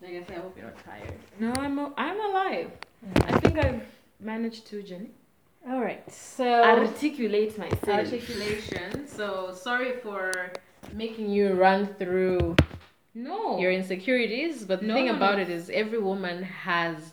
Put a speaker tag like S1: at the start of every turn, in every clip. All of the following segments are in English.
S1: Like I said, I hope you're not tired.
S2: No, I'm a- I'm alive. I think I've managed to Jenny.
S3: All right. So
S2: articulate myself.
S1: Articulation. So sorry for
S3: making you run through
S2: No.
S3: your insecurities, but the
S2: Oh. No,
S3: thing
S2: no, no.
S3: about it is every woman has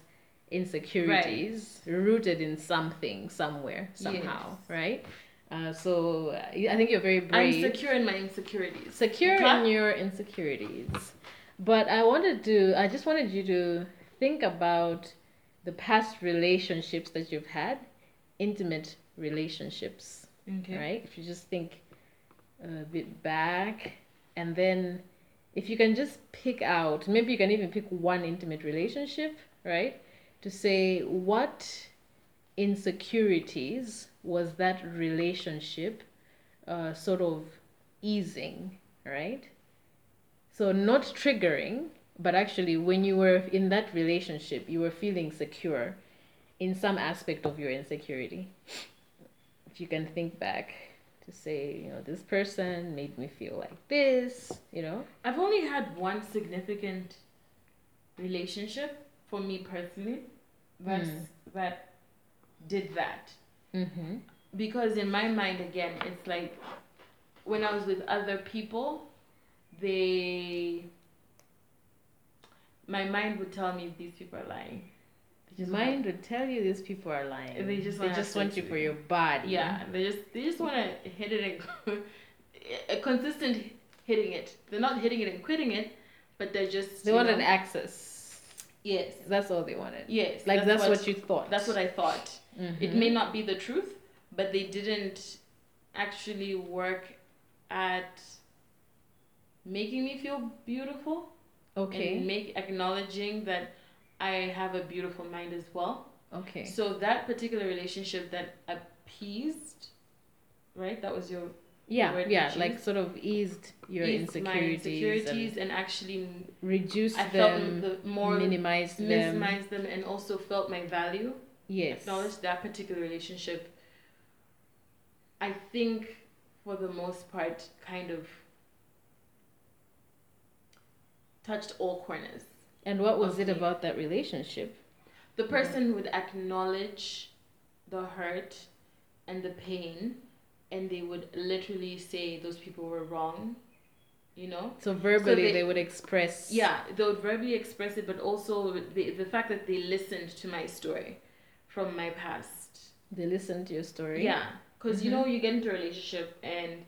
S3: insecurities rooted in something, somewhere, somehow, right? Uh, so uh, I think you're very
S1: I'm
S3: brave.
S1: secure in my insecurities.
S3: secure in
S1: Okay.
S3: your insecurities. But I wanted to, I just wanted you to think about the past relationships that you've had, intimate relationships,
S2: Okay.
S3: right? If you just think a bit back, and then if you can just pick out, maybe you can even pick one intimate relationship, right? To say what insecurities was that relationship uh, sort of easing, right? So not triggering, but actually when you were in that relationship, you were feeling secure in some aspect of your insecurity. If you can think back to say, you know, this person made me feel like this, you know.
S1: I've only had one significant relationship for me personally that's,
S3: Hmm.
S1: that did that.
S3: Mm-hmm.
S1: Because in my mind, again, it's like when I was with other people, they. My mind would tell me these people are lying. They
S3: Your
S1: just
S3: mind would tell you these people are lying.
S1: They just
S3: they
S1: wanna
S3: just
S1: have
S3: want
S1: sex
S3: you
S1: with
S3: for
S1: you.
S3: your body.
S1: Yeah, they just they just want to hit it and a consistent hitting it. They're not hitting it and quitting it, but they're just
S3: They
S1: you
S3: wanted
S1: know-
S3: access.
S1: yes,
S3: That's all they wanted.
S1: yes.
S3: Like that's, what, you thought.
S1: that's what I thought.
S3: Mhm.
S1: It may not be the truth, but they didn't actually work at making me feel beautiful and
S3: Okay.
S1: make acknowledging that I have a beautiful mind as well.
S3: Okay.
S1: So that particular relationship that appeased, right? That was your
S3: Yeah,
S1: word
S3: yeah,
S1: that you
S3: like
S1: used.
S3: sort of eased your
S1: eased my
S3: insecurities,
S1: insecurities and actually
S3: and reduced
S1: I felt
S3: them,
S1: the more
S3: minimized them.
S1: minimized them and also felt my value.
S3: yes.
S1: Acknowledged that particular relationship. I think, for the most part, kind of touched all corners.
S3: And what was it
S1: Okay.
S3: about that relationship?
S1: The person would acknowledge the hurt and the pain, and they would literally say those people were wrong, you know?
S3: So verbally, they,
S1: they-
S3: would express.
S1: Yeah, they would verbally express it, but also the, the fact that they listened to my story from my past.
S3: They listened to your story.
S1: Yeah, because you know, you get into a relationship and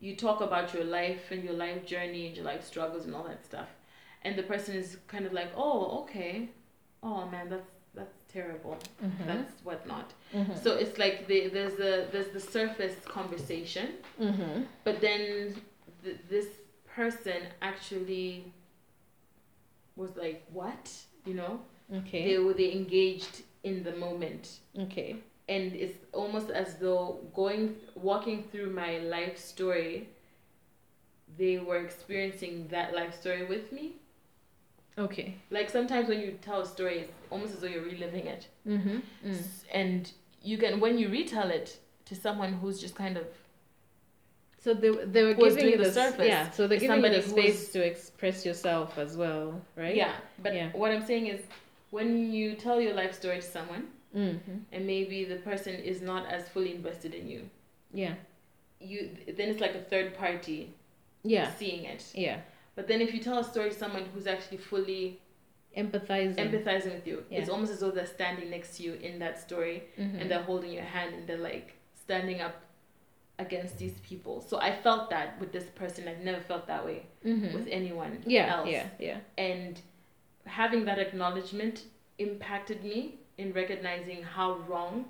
S1: you talk about your life and your life journey and your life struggles and all that stuff, and the person is kind of like, "Oh, okay, oh man, that's that's terrible,
S3: Mm-hmm.
S1: that's whatnot." So it's like the, there's the there's the surface conversation,
S3: Mm-hmm.
S1: but then th- this person actually was like, "What?" You know,
S3: Okay.
S1: they were they engaged in the moment
S3: okay.
S1: and it's almost as though going walking through my life story they were experiencing that life story with me
S3: Okay.
S1: like sometimes when you tell a story it's almost as though you're reliving it
S3: Mm-hmm.
S1: S- and you can when you retell it to someone who's just kind of
S3: So they, they were
S1: Was
S3: giving you
S1: doing
S3: the
S1: the surface.
S3: Yeah. So they're
S1: It's
S3: giving you the
S1: somebody who was-
S3: space to express yourself as well, right?
S1: yeah but
S3: Yeah.
S1: what i'm saying is when you tell your life story to someone
S3: Mm-hmm.
S1: and maybe the person is not as fully invested in you
S3: Yeah.
S1: you then it's like a third party
S3: Yeah.
S1: seeing it
S3: Yeah.
S1: but then if you tell a story to someone who's actually fully
S3: Empathizing.
S1: empathizing with you. It's
S3: Yeah.
S1: almost as though they're standing next to you in that story
S3: Mhm.
S1: and they're holding your hand and they're like standing up against these people. So I felt that with this person. I've never felt that way
S3: Mhm.
S1: with anyone
S3: Yeah.
S1: else.
S3: Yeah. Yeah.
S1: And having that acknowledgement impacted me in recognizing how wrong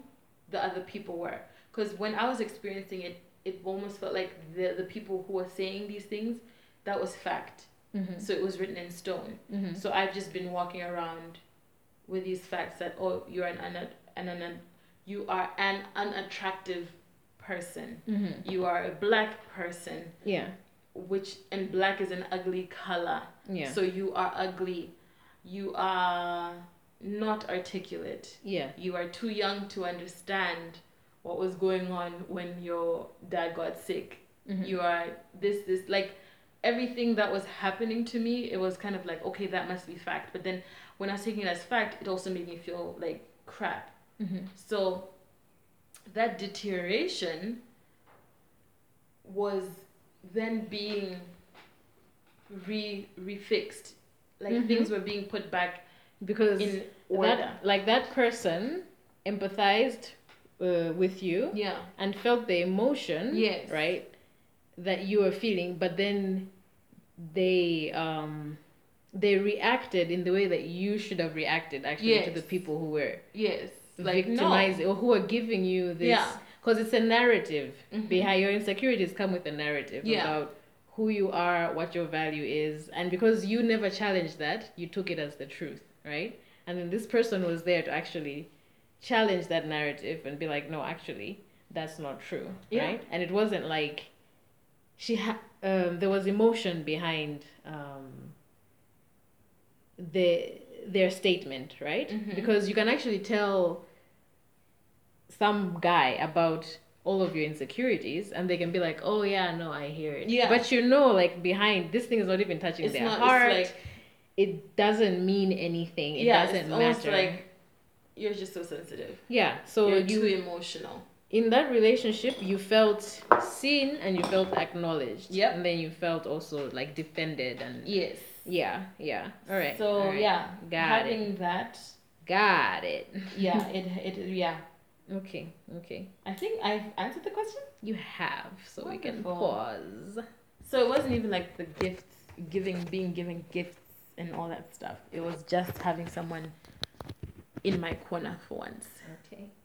S1: the other people were. Because when I was experiencing it, it almost felt like the, the people who were saying these things, that was fact.
S3: Mm-hmm.
S1: So it was written in stone.
S3: Mm-hmm.
S1: So I've just been walking around with these facts that oh you're an un- an, an, an you are an unattractive person.
S3: Mm-hmm.
S1: You are a black person,
S3: Yeah.
S1: which and black is an ugly color.
S3: Yeah.
S1: So you are ugly. You are not articulate.
S3: yeah.
S1: You are too young to understand what was going on when your dad got sick.
S3: Mhm.
S1: You are this this like everything that was happening to me, it was kind of like, okay, that must be fact. But then when I was taking it as fact, it also made me feel like crap.
S3: Mm-hmm.
S1: So that deterioration was then being re refixed. Like
S3: Mhm.
S1: things were being put back
S3: Because
S1: in order.
S3: that, like that person empathized uh, with you
S1: yeah.
S3: and felt the emotion,
S1: Yes.
S3: right, that you were feeling, but then they um they reacted in the way that you should have reacted actually to
S1: Yes.
S3: the people who were
S1: Yes. Like no.
S3: victimizing or who are giving you this
S1: Yeah.
S3: because it's a narrative
S1: Mhm.
S3: behind your insecurities come with a narrative
S1: Yeah.
S3: about who you are what your value is and because you never challenged that you took it as the truth right and then this person was there to actually challenge that narrative and be like no actually that's not true
S1: Yeah.
S3: right and it wasn't like she ha- um, there was emotion behind um, the their statement right
S1: Mhm.
S3: Mm-hmm. because you can actually tell some guy about all of your insecurities and they can be like oh yeah no i hear it
S1: Yeah.
S3: but you know like behind this thing is not even touching
S1: It's
S3: their
S1: not
S3: heart
S1: it's like
S3: it doesn't mean anything it
S1: yeah,
S3: doesn't
S1: it's almost
S3: matter
S1: like you're just so sensitive.
S3: yeah so
S1: you're
S3: you
S1: too emotional.
S3: in that relationship you felt seen and you felt acknowledged
S1: Yep.
S3: and then you felt also like defended and
S1: Yes.
S3: yeah yeah all right
S1: So
S3: all right.
S1: yeah,
S3: Got
S1: having that,
S3: got it
S1: yeah, it it yeah.
S3: okay okay
S1: I think I've answered the question.
S3: you have so we can
S1: Wonderful.
S3: pause
S1: So it wasn't even like the gifts, giving, being given gifts and all that stuff. It was just having someone in my corner for once.
S3: okay